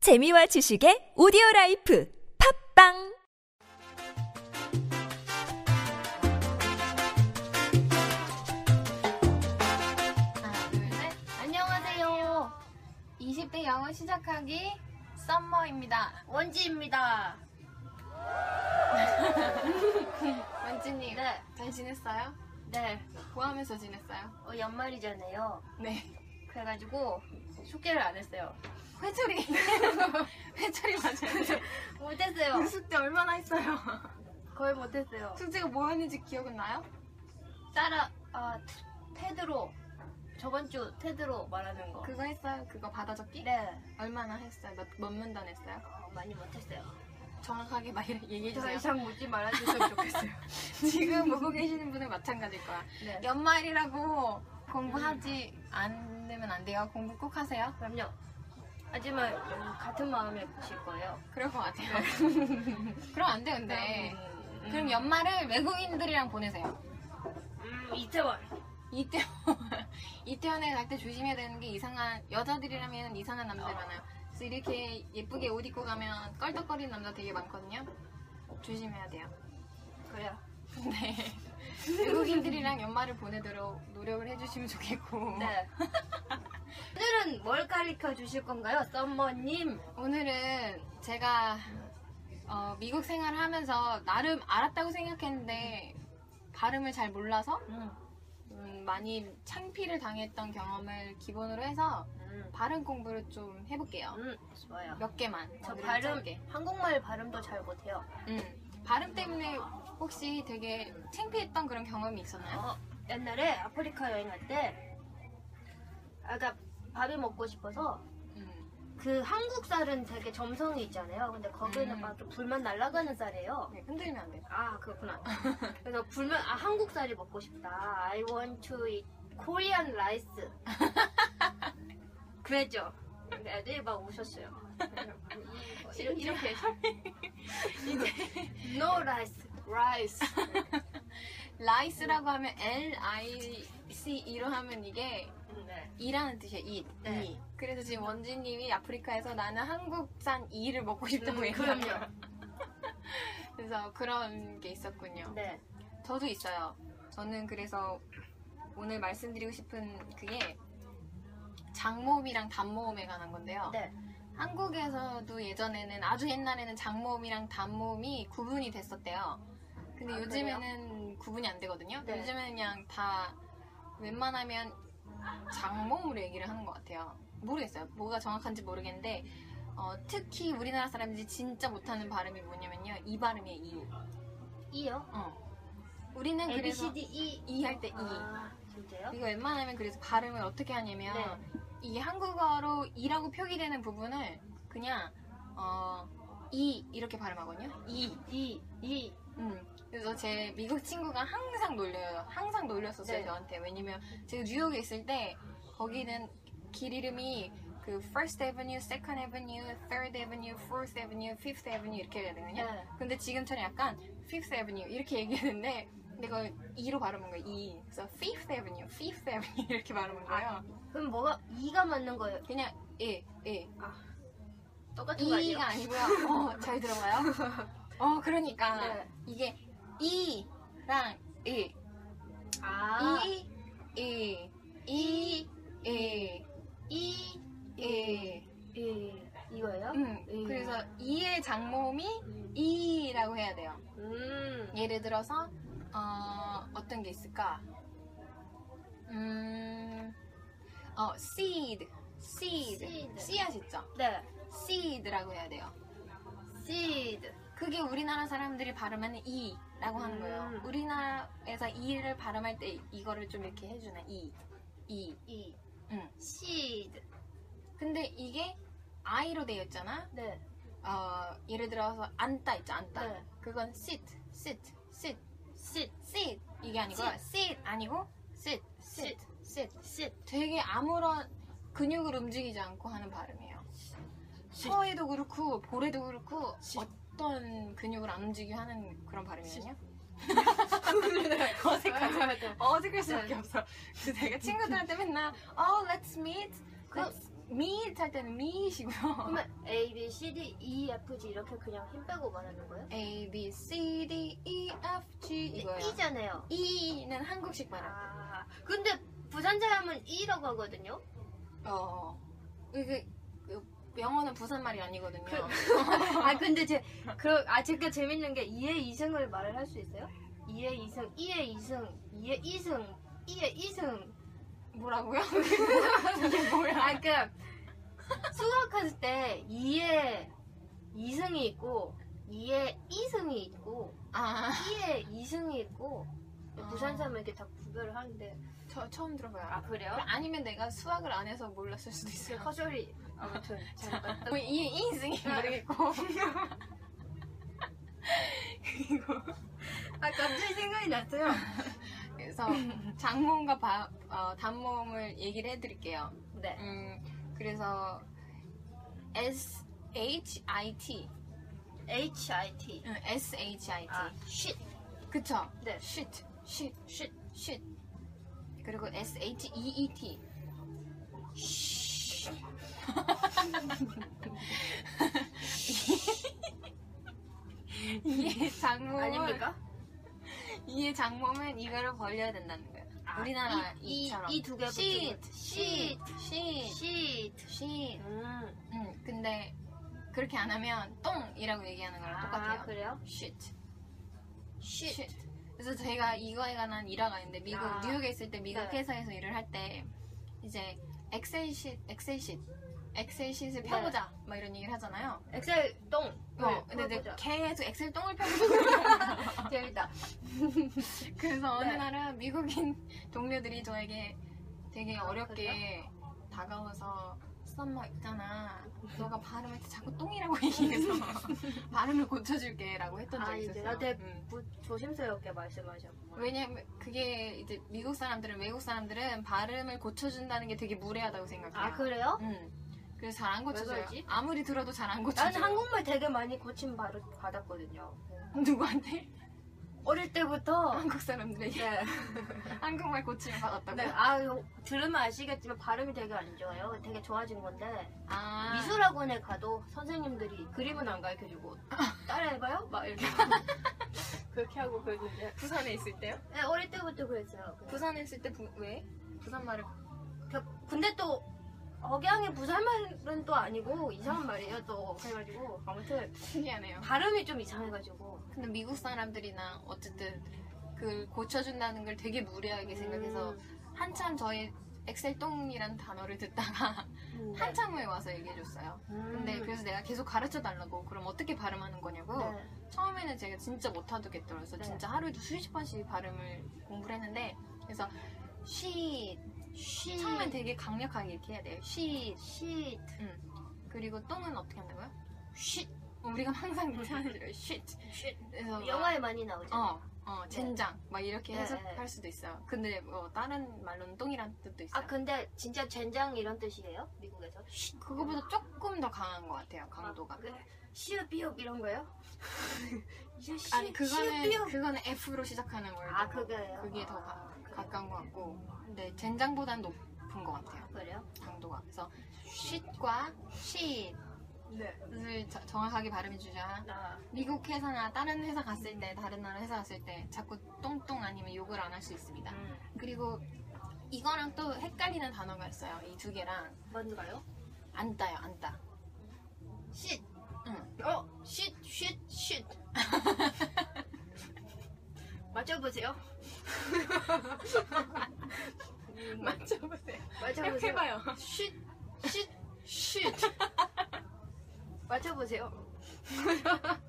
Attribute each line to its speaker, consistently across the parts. Speaker 1: 재미와 지식의 오디오 라이프 팝빵
Speaker 2: 하나, 둘, 셋. 안녕하세요. 20대 영어 시작하기 썸머입니다.
Speaker 3: 원지입니다.
Speaker 2: 원진님,
Speaker 3: 네.
Speaker 2: 잘 지냈어요?
Speaker 3: 네,
Speaker 2: 뭐 하면서 지냈어요?
Speaker 3: 어, 연말이잖아요.
Speaker 2: 네.
Speaker 3: 그래가지고 숙제를 안 했어요.
Speaker 2: 회초리. 회초리 맞아요.
Speaker 3: 못했어요.
Speaker 2: 그 숙제 얼마나 했어요?
Speaker 3: 거의 못했어요.
Speaker 2: 숙제가 뭐였는지 기억은 나요?
Speaker 3: 따라 아 테드로 저번 주 테드로 말하는 거.
Speaker 2: 그거 했어요? 그거 받아 적기?
Speaker 3: 네,
Speaker 2: 얼마나 했어요? 몇, 몇 문단 했어요?
Speaker 3: 어, 많이 못했어요.
Speaker 2: 정확하게 말
Speaker 3: 더
Speaker 2: 얘기해주세요.
Speaker 3: 이상 묻지 말아주셨으면 좋겠어요.
Speaker 2: 지금 보고 계시는 분은 마찬가지일 거야.
Speaker 3: 네,
Speaker 2: 연말이라고 공부하지 않으면 안 돼요. 공부 꼭 하세요.
Speaker 3: 그럼요. 하지만 음, 같은 마음에 보실 거예요.
Speaker 2: 그럴 것 같아요. 그럼 안 돼, 근데.
Speaker 3: 음, 음,
Speaker 2: 그럼 연말을 외국인들이랑 보내세요.
Speaker 3: 음, 이태원.
Speaker 2: 이태원, 이태원에 갈 때 조심해야 되는 게 이상한, 여자들이라면 이상한 남자들 많아요. 그래서 이렇게 예쁘게 옷 입고 가면 껄떡거리는 남자 되게 많거든요. 조심해야 돼요.
Speaker 3: 그래요.
Speaker 2: 근데 외국인들이랑 연말을 보내도록 노력을 해주시면 좋겠고.
Speaker 3: 네. 오늘은 뭘 가르쳐 주실 건가요, 썸머님?
Speaker 2: 오늘은 제가 어, 미국 생활을 하면서 나름 알았다고 생각했는데 발음을 잘 몰라서 음, 많이 창피를 당했던 경험을 기본으로 해서
Speaker 3: 음.
Speaker 2: 발음 공부를 좀 해볼게요.
Speaker 3: 음, 좋아요.
Speaker 2: 몇 개만.
Speaker 3: 저
Speaker 2: 오늘은
Speaker 3: 어, 발음,
Speaker 2: 짧게.
Speaker 3: 한국말 발음도 잘 못해요.
Speaker 2: 음. 발음 때문에 혹시 되게 창피했던 그런 경험이 있었나요?
Speaker 3: 어, 옛날에 아프리카 여행할 때, 아까 밥이 먹고 싶어서,
Speaker 2: 음.
Speaker 3: 그 한국 쌀은 되게 점성이 있잖아요. 근데 거기는
Speaker 2: 음.
Speaker 3: 막 이렇게 불만 날아가는 쌀이에요.
Speaker 2: 네, 흔들면 안 돼요.
Speaker 3: 아, 그렇구나. 그래서 불만, 아, 한국 쌀이 먹고 싶다. I want to eat Korean rice. 그랬죠. 근데 애들이 막 우셨어요. 이렇게, 이렇게. no rice, rice.
Speaker 2: 라이스라고 하면 L I C E로 하면 이게
Speaker 3: 네.
Speaker 2: 이라는 뜻이에요. 이.
Speaker 3: 네.
Speaker 2: 이. 그래서 지금 원진님이 아프리카에서 나는 한국산 이를 먹고 싶다고
Speaker 3: 음,
Speaker 2: 얘기해요.
Speaker 3: 그럼요.
Speaker 2: 그래서 그런 게 있었군요.
Speaker 3: 네.
Speaker 2: 저도 있어요. 저는 그래서 오늘 말씀드리고 싶은 그게 장모음이랑 단모음에 관한 건데요.
Speaker 3: 네.
Speaker 2: 한국에서도 예전에는 아주 옛날에는 장모음이랑 단모음이 구분이 됐었대요. 근데
Speaker 3: 아,
Speaker 2: 요즘에는 구분이 안 되거든요.
Speaker 3: 네.
Speaker 2: 요즘에는 그냥 다 웬만하면 장모음으로 얘기를 하는 것 같아요. 모르겠어요. 뭐가 정확한지 모르겠는데 어, 특히 우리나라 사람들이 진짜 못하는 발음이 뭐냐면요. 이 발음이에요. 이.
Speaker 3: 이요?
Speaker 2: 어. 우리는
Speaker 3: A B
Speaker 2: 그래서
Speaker 3: C D E.
Speaker 2: 이 할 때 이.
Speaker 3: 아, 진짜요?
Speaker 2: 이거 웬만하면 그래서 발음을 어떻게 하냐면
Speaker 3: 네.
Speaker 2: 이 한국어로 이라고 표기되는 부분을 그냥 어, 이 이렇게 발음하거든요. 이.
Speaker 3: 이, 이.
Speaker 2: 음. 그래서 제 미국 친구가 항상 놀려요. 항상 놀렸었어요
Speaker 3: 네.
Speaker 2: 저한테. 왜냐면 제가 뉴욕에 있을 때 거기는 길 이름이 그 First Avenue, Second Avenue, Third Avenue, Fourth Avenue, Fifth Avenue 이렇게 해야 되거든요.
Speaker 3: 네.
Speaker 2: 근데 지금처럼 약간 Fifth Avenue 이렇게 얘기했는데 내가 이로 발음한 거예요. 이. 그래서 Fifth Avenue, Fifth Avenue 이렇게 발음한 거예요.
Speaker 3: 그럼 뭐가 이가 맞는 거예요?
Speaker 2: 그냥 예, 예.
Speaker 3: 똑같은 거 아니에요?
Speaker 2: 이가 아니고요. 어, 잘 들어봐요. 어, 그러니까
Speaker 3: 네.
Speaker 2: 이게 이랑 예, E, 이,
Speaker 3: 아,
Speaker 2: 이, 이, 이, 이,
Speaker 3: 이,
Speaker 2: 이.
Speaker 3: 이. E. 이거예요?
Speaker 2: E, 예. 음,
Speaker 3: 이.
Speaker 2: 그래서 이의 장모음이
Speaker 3: 음.
Speaker 2: 이라고 해야 돼요.
Speaker 3: 음.
Speaker 2: 예를 들어서 어, 어떤 게 있을까? 음, 어, seed, seed,
Speaker 3: Seed.
Speaker 2: 씨앗 있죠?
Speaker 3: 네.
Speaker 2: seed라고 해야 돼요.
Speaker 3: seed.
Speaker 2: 그게 우리나라 사람들이 발음하는 이라고 하는 거예요.
Speaker 3: 음.
Speaker 2: 우리나라에서 이를 발음할 때 이거를 좀 이렇게 해주는 이, 이.
Speaker 3: 이.
Speaker 2: 음.
Speaker 3: E. seed.
Speaker 2: 근데 이게 i로 되어 있잖아.
Speaker 3: 네.
Speaker 2: 어, 예를 들어서 앉다 있죠, 앉다.
Speaker 3: 네.
Speaker 2: 그건 sit, sit, sit,
Speaker 3: sit.
Speaker 2: sit 이게 아니고 sit, 아니고 sit, sit, sit.
Speaker 3: sit.
Speaker 2: 되게 아무런 근육을 움직이지 않고 하는 발음이에요.
Speaker 3: sit.
Speaker 2: 서에도 그렇고 볼에도 그렇고
Speaker 3: sit.
Speaker 2: 어떤 근육을 안 움직이게 하는 그런 발음이거든요.
Speaker 3: 어색하죠?
Speaker 2: 네. 어색할 수밖에 없어. 그래서 네. 내가 친구들한테 맨날 oh let's meet,
Speaker 3: 그,
Speaker 2: let's 미잇 할 때는 미잇이고요.
Speaker 3: 그러면 A, B, C, D, E, F, G 이렇게 그냥 힘 빼고 말하는 거예요?
Speaker 2: A, B, C, D, E, F, G 이거예요.
Speaker 3: E잖아요.
Speaker 2: E는 한국식 발음.
Speaker 3: 아, 근데 부산 사람은 E라고 하거든요.
Speaker 2: 어, 이게 그 영어는 부산말이 아니거든요.
Speaker 3: 아 근데 제 그, 아 제가 재밌는 게 2의 2승을 말을 할 수 있어요? 2의 2승, 2의 2승, 2의 2승, 2의 2승.
Speaker 2: 뭐라고요? 이게 뭐야?
Speaker 3: 아 그러니까 수학할 때 2의 2승이 있고 2의 2승이 있고
Speaker 2: 아,
Speaker 3: 2의 2승이 있고
Speaker 2: 아.
Speaker 3: 부산 사람은 이렇게 다 구별을 하는데
Speaker 2: 저 처음 들어봐요.
Speaker 3: 아 그래요? 그
Speaker 2: 아니면 내가 수학을 안 해서 몰랐을 수도 있어요.
Speaker 3: 커졸이 아무튼 잠깐
Speaker 2: 뭐 이게 인승이 모르겠고. 그리고
Speaker 3: 아 갑자기 생각이 났어요.
Speaker 2: 그래서 장모음과 바- 어, 단모음을 얘기를 해드릴게요.
Speaker 3: 네.
Speaker 2: 음, 그래서 S H I T,
Speaker 3: H I T.
Speaker 2: S H I T,
Speaker 3: 아, shit.
Speaker 2: 그쵸?
Speaker 3: 네.
Speaker 2: shit, shit, shit, shit. 그리고 S H E E T. 이게 장모
Speaker 3: 아닙니까?
Speaker 2: 이에 장모면 이거를 벌려야 된다는 거예요.
Speaker 3: 아,
Speaker 2: 우리나라
Speaker 3: 이- 이-
Speaker 2: 이처럼
Speaker 3: 이두 개가
Speaker 2: shit,
Speaker 3: 붙은
Speaker 2: shit, shit,
Speaker 3: shit.
Speaker 2: shit.
Speaker 3: 음.
Speaker 2: 응, 근데 그렇게 안 하면 똥이라고 얘기하는 거랑 똑같아요.
Speaker 3: 아, 그래요?
Speaker 2: shit,
Speaker 3: shit.
Speaker 2: shit. 그래서 제가 이거에 관한 일화가 있는데 미국
Speaker 3: 아.
Speaker 2: 뉴욕에 있을 때 미국
Speaker 3: 네.
Speaker 2: 회사에서 일을 할 때 이제 엑셀 시 엑셀 시 엑셀 시을
Speaker 3: 네.
Speaker 2: 펴보자 막 이런 얘기를 하잖아요.
Speaker 3: 엑셀 똥.
Speaker 2: 어, 근데
Speaker 3: 네,
Speaker 2: 이제
Speaker 3: 보자.
Speaker 2: 계속 엑셀 똥을 펴보자.
Speaker 3: 재밌다.
Speaker 2: 그래서 어느
Speaker 3: 네.
Speaker 2: 날은 미국인 동료들이 저에게 되게
Speaker 3: 아,
Speaker 2: 어렵게 다가와서 썸머 있잖아. 너가 발음할 때 자꾸 똥이라고 얘기해서 발음을 고쳐줄게 라고 했던
Speaker 3: 아,
Speaker 2: 적이
Speaker 3: 이제
Speaker 2: 있었어요.
Speaker 3: 나한테
Speaker 2: 음.
Speaker 3: 뭐, 조심스럽게 말씀하셨구만.
Speaker 2: 왜냐면 그게 이제 미국 사람들은 외국 사람들은 발음을 고쳐준다는 게 되게 무례하다고 생각해요.
Speaker 3: 아 그래요?
Speaker 2: 음. 그래서 잘 안 고쳐줘요.
Speaker 3: 그러지?
Speaker 2: 아무리 들어도 잘 안 고쳐줘요.
Speaker 3: 나는 한국말 되게 많이 고침 받- 받았거든요.
Speaker 2: 누구한테?
Speaker 3: 어릴 때부터
Speaker 2: 한국 사람들이
Speaker 3: 네.
Speaker 2: 한국말 고침을 받았다고.
Speaker 3: 네. 아 이거 들으면 아시겠지만 발음이 되게 안 좋아요. 되게 좋아진 건데
Speaker 2: 아.
Speaker 3: 미술학원에 가도 선생님들이 그림은 안 가르쳐주고 따라해봐요? 막 이렇게 그렇게 하고 그랬는데
Speaker 2: 부산에 있을 때요?
Speaker 3: 네, 어릴 때부터 그랬어요. 그냥.
Speaker 2: 부산에 있을 때 부- 왜? 부산 말을
Speaker 3: 그- 근데 또 억양이 부산말은 또 아니고 이상한 말이에요 또 그래가지고 아무튼
Speaker 2: 신기하네요.
Speaker 3: 발음이 좀 이상해가지고
Speaker 2: 근데 미국 사람들이나 어쨌든 그 고쳐준다는 걸 되게 무례하게 생각해서
Speaker 3: 음.
Speaker 2: 한참 저희 엑셀 똥이라는 단어를 듣다가
Speaker 3: 음.
Speaker 2: 한참 후에 와서 얘기해줬어요.
Speaker 3: 음.
Speaker 2: 근데 네, 그래서 내가 계속 가르쳐 달라고 그럼 어떻게 발음하는 거냐고
Speaker 3: 네.
Speaker 2: 처음에는 제가 진짜 못하겠더라고요. 그래서
Speaker 3: 네.
Speaker 2: 진짜 하루에도 수십 번씩 발음을 공부를 했는데 그래서 쉿
Speaker 3: 쉿.
Speaker 2: 처음엔 되게 강력하게 이렇게 해야 돼요. 쉿
Speaker 3: 쉿.
Speaker 2: 그리고 똥은 어떻게 한다고요? 쉿 우리가 항상 그렇게 하는 쉿
Speaker 3: 쉿.
Speaker 2: 그래서 막
Speaker 3: 네. 영화에 많이 나오죠.
Speaker 2: 어, 어, 젠장. 막 이렇게
Speaker 3: 네,
Speaker 2: 해석할
Speaker 3: 네.
Speaker 2: 수도 있어요. 근데 뭐 다른 말로는 똥이란 뜻도 있어요.
Speaker 3: 아 근데 진짜 젠장 이런 뜻이에요? 미국에서?
Speaker 2: 그거보다 조금 더 강한 것 같아요, 강도가.
Speaker 3: 아, 그 시읍비읍 이런 거예요? 이제 시,
Speaker 2: 아니, 그거는,
Speaker 3: 시읍비읍.
Speaker 2: 그거는 F로 시작하는 월드.
Speaker 3: 아 그거예요.
Speaker 2: 그게 더 가,
Speaker 3: 아, 그래요?
Speaker 2: 가까운 것 같고. 근데 젠장보단 높은 것 같아요,
Speaker 3: 그래요?
Speaker 2: 강도가. 그래서 쉿과 쉿을
Speaker 3: 네.
Speaker 2: 저- 정확하게 발음해 주자.
Speaker 3: 아,
Speaker 2: 미국 회사나 다른 회사 갔을 때, 다른 나라 회사 갔을 때 자꾸 똥똥 아니면 욕을 안 할 수 있습니다.
Speaker 3: 음.
Speaker 2: 그리고 이거랑 또 헷갈리는 단어가 있어요. 이 두 개랑
Speaker 3: 뭔가요?
Speaker 2: 안 따요, 안 따.
Speaker 3: 쉿.
Speaker 2: 응.
Speaker 3: 어, 쉿, 쉿, 쉿. 맞춰보세요.
Speaker 2: 맞춰보세요.
Speaker 3: 맞춰보세요.
Speaker 2: 해봐요.
Speaker 3: 쉿, 쉿, 쉿. 맞춰보세요.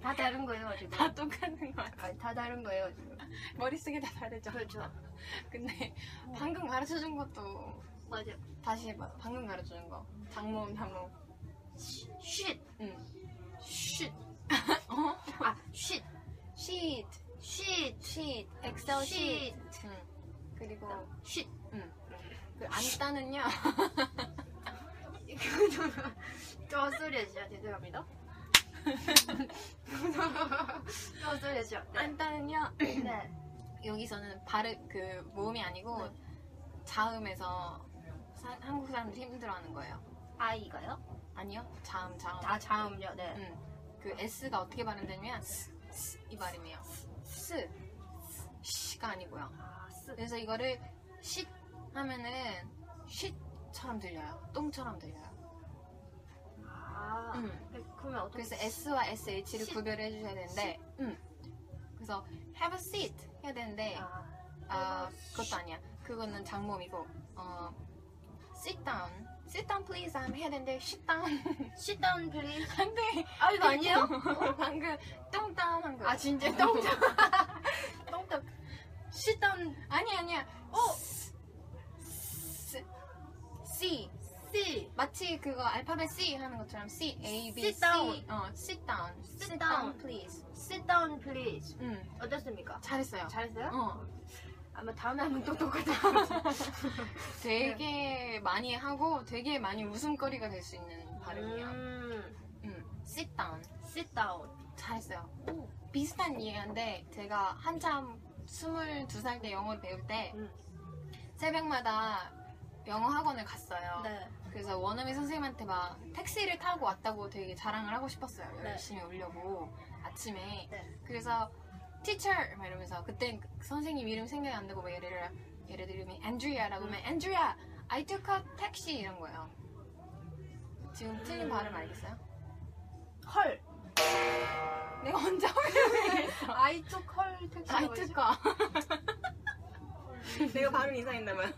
Speaker 3: 다 다른 거예요, 지금.
Speaker 2: 다 똑같은 거 같아.
Speaker 3: 아, 다 다른 거예요, 지금.
Speaker 2: 머릿속에 다 다르죠.
Speaker 3: 그렇죠.
Speaker 2: 근데 방금 가르쳐준 것도
Speaker 3: 맞아.
Speaker 2: 다시 해봐. 방금 가르쳐준 거. 장모음, 단모음.
Speaker 3: 쉿.
Speaker 2: 응.
Speaker 3: 쉿. 아, 쉿.
Speaker 2: 쉿,
Speaker 3: 쉿.
Speaker 2: 쉿, 엑셀 쉿.
Speaker 3: 쉿.
Speaker 2: 응. 그리고
Speaker 3: 쉿.
Speaker 2: 응. 그안 따는요.
Speaker 3: 저 소리 해주셔. 죄송합니다. 저 소리 해주셔. 네.
Speaker 2: 안 따는요.
Speaker 3: 네.
Speaker 2: 여기서는 발음 그 모음이 아니고
Speaker 3: 네.
Speaker 2: 자음에서 사- 한국 사람들이 힘들어하는 거예요.
Speaker 3: 아이가요?
Speaker 2: 아니요, 자음, 자음.
Speaker 3: 아 자음요. 네.
Speaker 2: 음, 그 S가 어떻게 발음되냐면 스, 스, 이 발음이에요. 스, 시가 아니고요.
Speaker 3: 아 쓰.
Speaker 2: 그래서 이거를 쉿 하면은 쉿처럼 들려요. 똥처럼 들려요.
Speaker 3: 아
Speaker 2: 음.
Speaker 3: 그러면 어떻게?
Speaker 2: 그래서 S와 SH를
Speaker 3: 쉿.
Speaker 2: 구별을 해주셔야 되는데, 음. 그래서 have a seat 해야 되는데,
Speaker 3: 아,
Speaker 2: 아, 그것도 아니야. 그거는 장모이고, 어, sit down. sit down please 하면 해야 되는데, sit down.
Speaker 3: sit down please.
Speaker 2: 안 돼.
Speaker 3: 아 이거 아니에요?
Speaker 2: 어, 방금 똥 down 한 거.
Speaker 3: 아 진짜 똥떡. 똥떡. sit down
Speaker 2: 아니야, 아니야.
Speaker 3: 어?
Speaker 2: S, C.
Speaker 3: C.
Speaker 2: 마치 그거 알파벳 C 하는 것처럼 C, A, B,
Speaker 3: Sit
Speaker 2: C.
Speaker 3: down.
Speaker 2: 어, sit down.
Speaker 3: sit down
Speaker 2: please.
Speaker 3: sit down please.
Speaker 2: 음,
Speaker 3: 어떻습니까?
Speaker 2: 잘했어요.
Speaker 3: 잘했어요?
Speaker 2: 어,
Speaker 3: 아마 다음에 한번 또 똑같아. 네.
Speaker 2: 되게 많이 하고 되게 많이 웃음거리가 될 수 있는 발음이야. 음.
Speaker 3: 음,
Speaker 2: sit down.
Speaker 3: sit down.
Speaker 2: 잘했어요.
Speaker 3: 오.
Speaker 2: 비슷한 이해인데 제가 한참 22살 때 영어를 배울 때
Speaker 3: 음.
Speaker 2: 새벽마다 영어 학원을 갔어요.
Speaker 3: 네.
Speaker 2: 그래서 원어민 선생님한테 막 택시를 타고 왔다고 되게 자랑을 하고 싶었어요.
Speaker 3: 네.
Speaker 2: 열심히 오려고 아침에.
Speaker 3: 네.
Speaker 2: 그래서 teacher 막 이러면서 그때 선생님 이름 생각이 안 나고 막 예를 예를 들면 Andrea라고 하면 Andrea, I took a taxi 이런 거예요. 지금 틀린 발음 알겠어요?
Speaker 3: 헐.
Speaker 2: 내가 언제 헐
Speaker 3: I took 헐 택시.
Speaker 2: I took a 내가 발음 이상했나 봐요.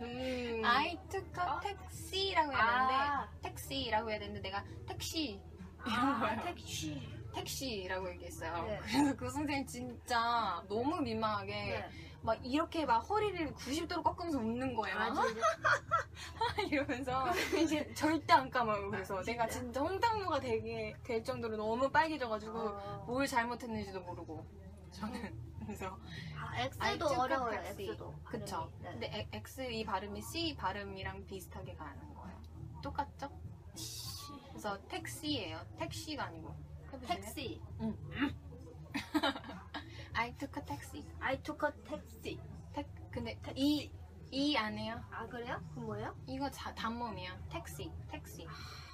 Speaker 3: 음.
Speaker 2: I took a
Speaker 3: 아.
Speaker 2: taxi라고 해야 되는데 택시라고 해야
Speaker 3: 아.
Speaker 2: 되는데 내가 택시
Speaker 3: 아, 택시.
Speaker 2: 택시라고 얘기했어요.
Speaker 3: 네.
Speaker 2: 그래서 그 선생님 진짜 너무 민망하게
Speaker 3: 네.
Speaker 2: 막 이렇게 막 허리를 90도로 꺾으면서 웃는 거예요.
Speaker 3: 아, 진짜.
Speaker 2: 이러면서 이제 절대 안 까먹어요. 그래서 내가 아, 진짜 홍당무가 되게 될 정도로 너무 빨개져가지고
Speaker 3: 어.
Speaker 2: 뭘 잘못했는지도 모르고 저는 그래서
Speaker 3: 아,
Speaker 2: I
Speaker 3: X도
Speaker 2: took a
Speaker 3: 어려워요.
Speaker 2: taxi.
Speaker 3: X도.
Speaker 2: 그쵸.
Speaker 3: 발음이. 네.
Speaker 2: 근데 에- X 이 발음이 C 발음이랑 비슷하게 가는 거예요. 똑같죠? 그래서 택시예요. 택시가 아니고
Speaker 3: 네.
Speaker 2: 해보실래요?
Speaker 3: 택시.
Speaker 2: I took a taxi.
Speaker 3: I took a taxi.
Speaker 2: 택 근데 이 이 안에요.
Speaker 3: 아 그래요? 그 뭐예요?
Speaker 2: 이거 자, 단모음이야. 택시, 택시,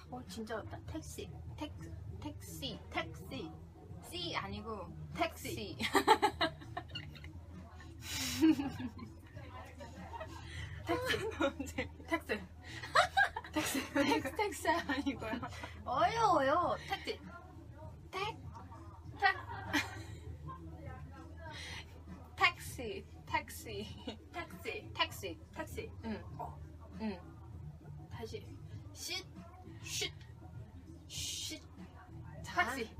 Speaker 3: 어 진짜 어렵다. 택시.
Speaker 2: 택 택시.
Speaker 3: 택시.
Speaker 2: C 아니고
Speaker 3: 택시.
Speaker 2: C. 택시.
Speaker 3: 택시.
Speaker 2: 택 택시 아니고요.
Speaker 3: 어려워요. 택시.
Speaker 2: 택
Speaker 3: 택.
Speaker 2: 택시 택시
Speaker 3: 택시.
Speaker 2: 택시.
Speaker 3: 택시.
Speaker 2: 응. 응.
Speaker 3: 다시. 쉿. 쉿. 쉿.
Speaker 2: 자,
Speaker 3: 택시.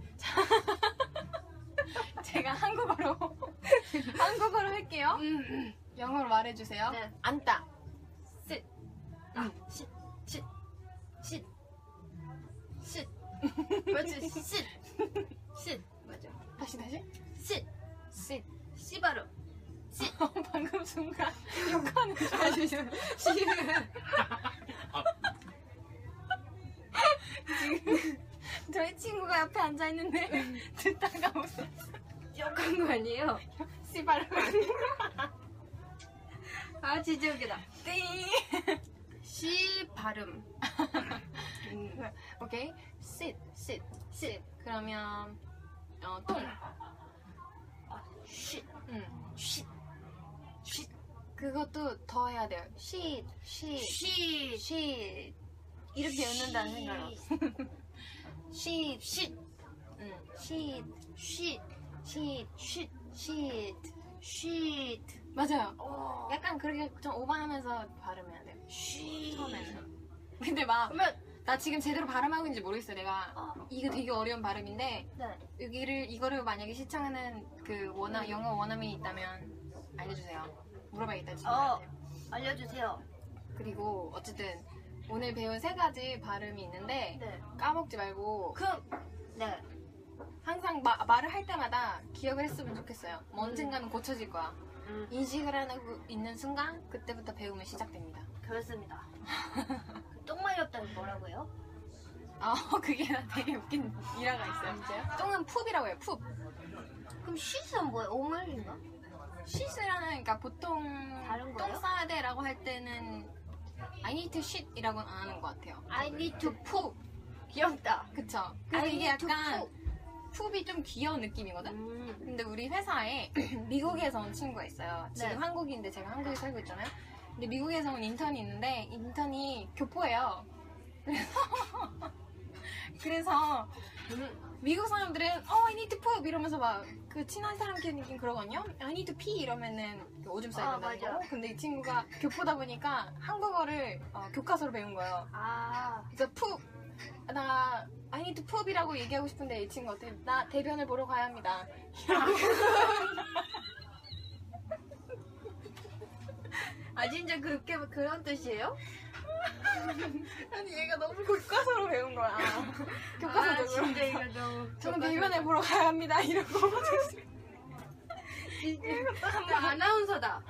Speaker 2: 제가 한국어로 한국어로 할게요. 음, 영어로 말해주세요.
Speaker 3: 네.
Speaker 2: 안따.
Speaker 3: 쉿. 아, 쉿. 쉿. 쉿. 쉿. 맞지? 쉿. 쉿. 맞아.
Speaker 2: 다시 다시.
Speaker 3: 쉿.
Speaker 2: 씨.
Speaker 3: 씨 발음.
Speaker 2: 어, 방금 순간 욕하는 줄 알았어요. 지금 저희 친구가 옆에 앉아 있는데 듣다가 웃어.
Speaker 3: 욕한 거 아니에요?
Speaker 2: 씨발.
Speaker 3: 아, 진짜 웃기다.
Speaker 2: 띵.
Speaker 3: 씨 발음.
Speaker 2: 오케이. sit sit
Speaker 3: 쉿.
Speaker 2: 그러면 어, 똥.
Speaker 3: 쉿.
Speaker 2: 음.
Speaker 3: 쉿. 쉿.
Speaker 2: 그것도 더 해야 돼요. shit shit
Speaker 3: 쉿.
Speaker 2: shit 이렇게 읽는다는 생각. shit shit. 음. shit
Speaker 3: 쉿.
Speaker 2: shit
Speaker 3: 쉿.
Speaker 2: shit.
Speaker 3: 쉿.
Speaker 2: 맞아요.
Speaker 3: 어.
Speaker 2: 약간 그렇게 좀 오버하면서 발음해야 돼요.
Speaker 3: 쉿.
Speaker 2: 처음에는. 근데 막 나
Speaker 3: 그러면
Speaker 2: 지금 제대로 발음하고 있는지 모르겠어. 내가
Speaker 3: 어.
Speaker 2: 이거 되게 어려운 발음인데
Speaker 3: 네.
Speaker 2: 여기를 이거를 만약에 시청하는 그 원어 영어 원어민이 있다면 알려주세요. 물어봐야겠다 친구한테.
Speaker 3: 알려주세요.
Speaker 2: 그리고 어쨌든 오늘 배운 세 가지 발음이 있는데
Speaker 3: 네.
Speaker 2: 까먹지 말고
Speaker 3: 그럼 네.
Speaker 2: 항상 마- 말을 할 때마다 기억을 했으면 좋겠어요. 뭐 언젠가는 고쳐질 거야.
Speaker 3: 음,
Speaker 2: 인식을 하고 있는 순간 그때부터 배움이 시작됩니다.
Speaker 3: 그렇습니다. 그 똥말이 없다는 뭐라고요?
Speaker 2: 아 그게 나 되게 웃긴 일화가 있어요. 아, 진짜요? 똥은 풋이라고 해요. 풋.
Speaker 3: 그럼 쉿은 뭐예요? 오물인가?
Speaker 2: 시스라는 그러니까 보통
Speaker 3: 다른 거예요?
Speaker 2: 똥 싸야 돼라고 할 때는 I need to shit이라고는 안 하는 것 같아요.
Speaker 3: I need to
Speaker 2: to poop.
Speaker 3: 귀엽다.
Speaker 2: 그쵸.
Speaker 3: I
Speaker 2: 그래서 이게
Speaker 3: need to
Speaker 2: 약간
Speaker 3: poop.
Speaker 2: 푸비 좀 귀여운 느낌이거든?
Speaker 3: 음.
Speaker 2: 근데 우리 회사에 미국에서 온 친구가 있어요. 지금
Speaker 3: 네.
Speaker 2: 한국인데 제가 한국에 살고 있잖아요. 근데 미국에서 온 인턴이 있는데 인턴이 교포예요. 그래서 그래서 미국 사람들은 어 I need to poop 이러면서 막 그 친한 사람끼리 그러거든요. I need to pee 이러면은 그 오줌 싸야
Speaker 3: 아,
Speaker 2: 된다는
Speaker 3: 맞아.
Speaker 2: 거. 근데 이 친구가 교포다 보니까 한국어를 어, 교과서로 배운 거예요.
Speaker 3: 아,
Speaker 2: 그래서 푹! 나, I need to poop이라고 얘기하고 싶은데 이 친구 어떻게, 나 대변을 보러 가야 합니다.
Speaker 3: 아 진짜 그렇게 그런 뜻이에요?
Speaker 2: 아니, 얘가 너무 교과서로 배운 거야.
Speaker 3: 아,
Speaker 2: 교과서적으로.
Speaker 3: 진짜 이거 너무.
Speaker 2: 저는 대변을 보러 가야 합니다. 이러고.
Speaker 3: 근데 아나운서다.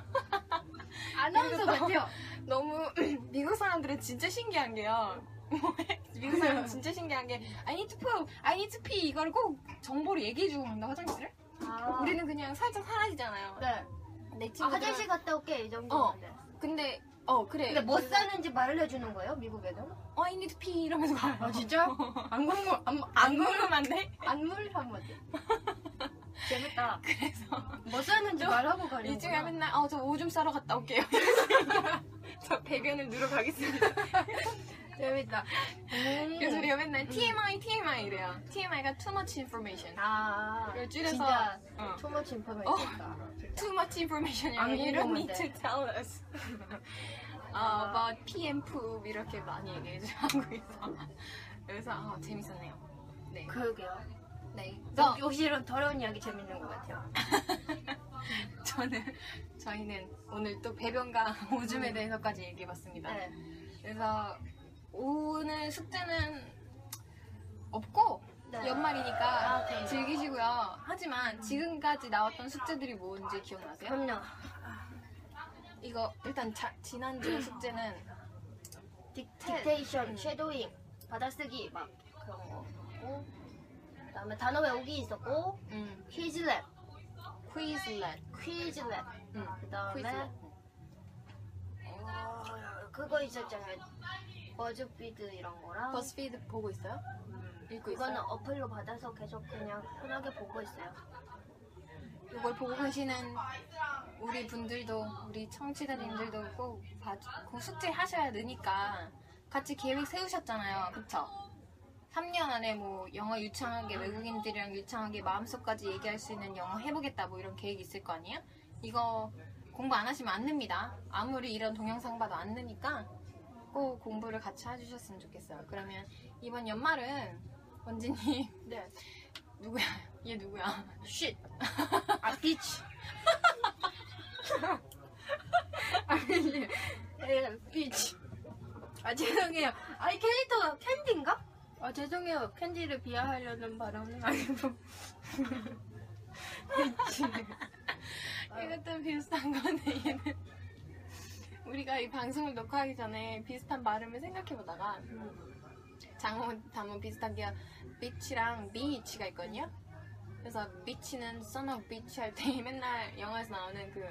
Speaker 3: 아나운서 같아요.
Speaker 2: 너무, 미국 사람들은 진짜 신기한 게요. 미국 사람은 진짜 신기한 게, I need to poop, I need to pee, 이걸 꼭 정보를 얘기해주고 간다, 화장실을?
Speaker 3: 아,
Speaker 2: 우리는 그냥 살짝 사라지잖아요.
Speaker 3: 네.
Speaker 2: 내
Speaker 3: 아,
Speaker 2: 친구들은-
Speaker 3: 화장실 갔다 올게 이
Speaker 2: 어.
Speaker 3: 정도인데.
Speaker 2: 근데, 어, 그래.
Speaker 3: 근데 뭐 사는지 말을 해주는 거예요 미국에도?
Speaker 2: 어, I need to pee, 이러면서 가요.
Speaker 3: 아, 진짜?
Speaker 2: 안 궁금, 안, 안 궁금한데?
Speaker 3: 안물 한마디. 재밌다.
Speaker 2: 그래서
Speaker 3: 뭐 사는지 말하고 가려고.
Speaker 2: 이 중에 맨날 어 저 오줌 싸러 갔다 올게요. 저 배변을 누러 가겠습니다.
Speaker 3: 재밌다. 음.
Speaker 2: 그래서 우리가 맨날 TMI TMI 이래요. TMI가 too much information.
Speaker 3: 아,
Speaker 2: 이걸 줄여서-
Speaker 3: 진짜
Speaker 2: 어.
Speaker 3: 초모치 인포메이션
Speaker 2: 어.
Speaker 3: 있다.
Speaker 2: Too much information.
Speaker 3: 안
Speaker 2: you don't need
Speaker 3: 궁금한데.
Speaker 2: to tell us 어, about pee and poop 이렇게 많이 얘기해줘 한국에서. 그래서 아 재밌었네요. 네.
Speaker 3: 그러게요.
Speaker 2: 네.
Speaker 3: 너
Speaker 2: 그래서
Speaker 3: 역시 이런 더러운 이야기 재밌는 것 같아요.
Speaker 2: 저는 저희는 오늘 또 배변과 오줌에 대해서까지 얘기해봤습니다.
Speaker 3: 음. 네.
Speaker 2: 그래서 오늘 숙제는 없고
Speaker 3: 네.
Speaker 2: 연말이니까
Speaker 3: 아, 그래요? 음.
Speaker 2: 즐기시고요. 하지만 지금까지 나왔던 숙제들이 뭔지 기억나세요?
Speaker 3: 그럼요.
Speaker 2: 이거 일단 자-
Speaker 3: 음.
Speaker 2: 지난주 숙제는
Speaker 3: 딕, 딕테이션,
Speaker 2: 음.
Speaker 3: 섀도잉, 받아쓰기 막 그런 거. 있고, 그다음에 단어 외우기 있었고
Speaker 2: 음,
Speaker 3: 퀴즈랩,
Speaker 2: 퀴즈렛,
Speaker 3: 퀴즈랩.
Speaker 2: 음,
Speaker 3: 그다음에
Speaker 2: 퀴즈렛.
Speaker 3: 어, 그거 있었잖아요. 버즈피드 이런 거랑.
Speaker 2: 버스피드 보고 있어요? 읽고
Speaker 3: 이거는
Speaker 2: 있어요?
Speaker 3: 어플로 받아서 계속 그냥 편하게 보고 있어요.
Speaker 2: 이걸 보고 계시는 우리 분들도 우리 청취자님들도 꼭 봐주, 그 숙제 하셔야 되니까 같이 계획 세우셨잖아요. 그쵸? 3년 안에 뭐 영어 유창하게 외국인들이랑 유창하게 마음속까지 얘기할 수 있는 영어 해보겠다 뭐 이런 계획 있을 거 아니에요? 이거 공부 안 하시면 안 됩니다. 아무리 이런 동영상 봐도 안 되니까 꼭 공부를 같이 해주셨으면 좋겠어요. 그러면 이번 연말은 원진이
Speaker 3: 네.
Speaker 2: 누구야? 얘 누구야?
Speaker 3: 쉿. 아, 비치. 아니, 예, 비치. 아, 죄송해요. 아니, 캐릭터가 캔디인가? 아, 죄송해요. 캔디를 비하하려는 바람은 아니고. 뭐. 비치.
Speaker 2: 이것도 비슷한 건데 얘는 우리가 이 방송을 녹화하기 전에 비슷한 발음을 생각해보다가
Speaker 3: 음.
Speaker 2: 장어 담은 비슷한 게 비치랑 비치가 있거든요. 그래서 비치는 son of beach 할 때 맨날 영화에서 나오는 그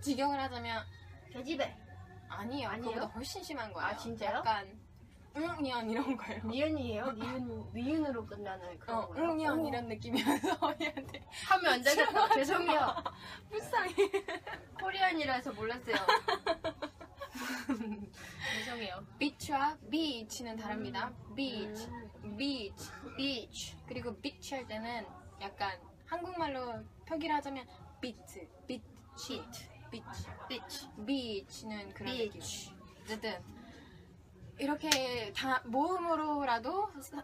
Speaker 2: 직역을 하자면
Speaker 3: 개집애.
Speaker 2: 아니에요.
Speaker 3: 아니에요?
Speaker 2: 그거보다 훨씬 심한 거예요.
Speaker 3: 아, 진짜요?
Speaker 2: 약간 응년 이런 거예요.
Speaker 3: 니은이에요? 니은, 니은으로 끝나는 그런
Speaker 2: 어,
Speaker 3: 거예요?
Speaker 2: 응년
Speaker 3: 오.
Speaker 2: 이런 느낌이어서 얘한테
Speaker 3: 하면 안 되겠다. 죄송해요.
Speaker 2: 불쌍해.
Speaker 3: 코리안이라서 몰랐어요. 죄송해요.
Speaker 2: beach와 beach는 다릅니다.
Speaker 3: 음.
Speaker 2: beach, beach,
Speaker 3: 비치.
Speaker 2: 그리고 beach 할 때는 약간 한국말로 표기를 하자면 beat, beat, cheat, beach,
Speaker 3: 비치.
Speaker 2: beach는 그런 느낌.
Speaker 3: 비치.
Speaker 2: 어쨌든 이렇게 다 모음으로라도 사-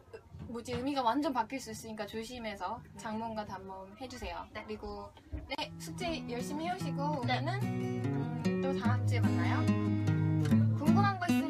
Speaker 2: 뭐지 의미가 완전 바뀔 수 있으니까 조심해서 장모음과 단모음 해주세요.
Speaker 3: 네.
Speaker 2: 그리고 네 숙제 열심히 해오시고
Speaker 3: 네.
Speaker 2: 우리는 음, 또 다음 주에 만나요. 궁금한 거 있으면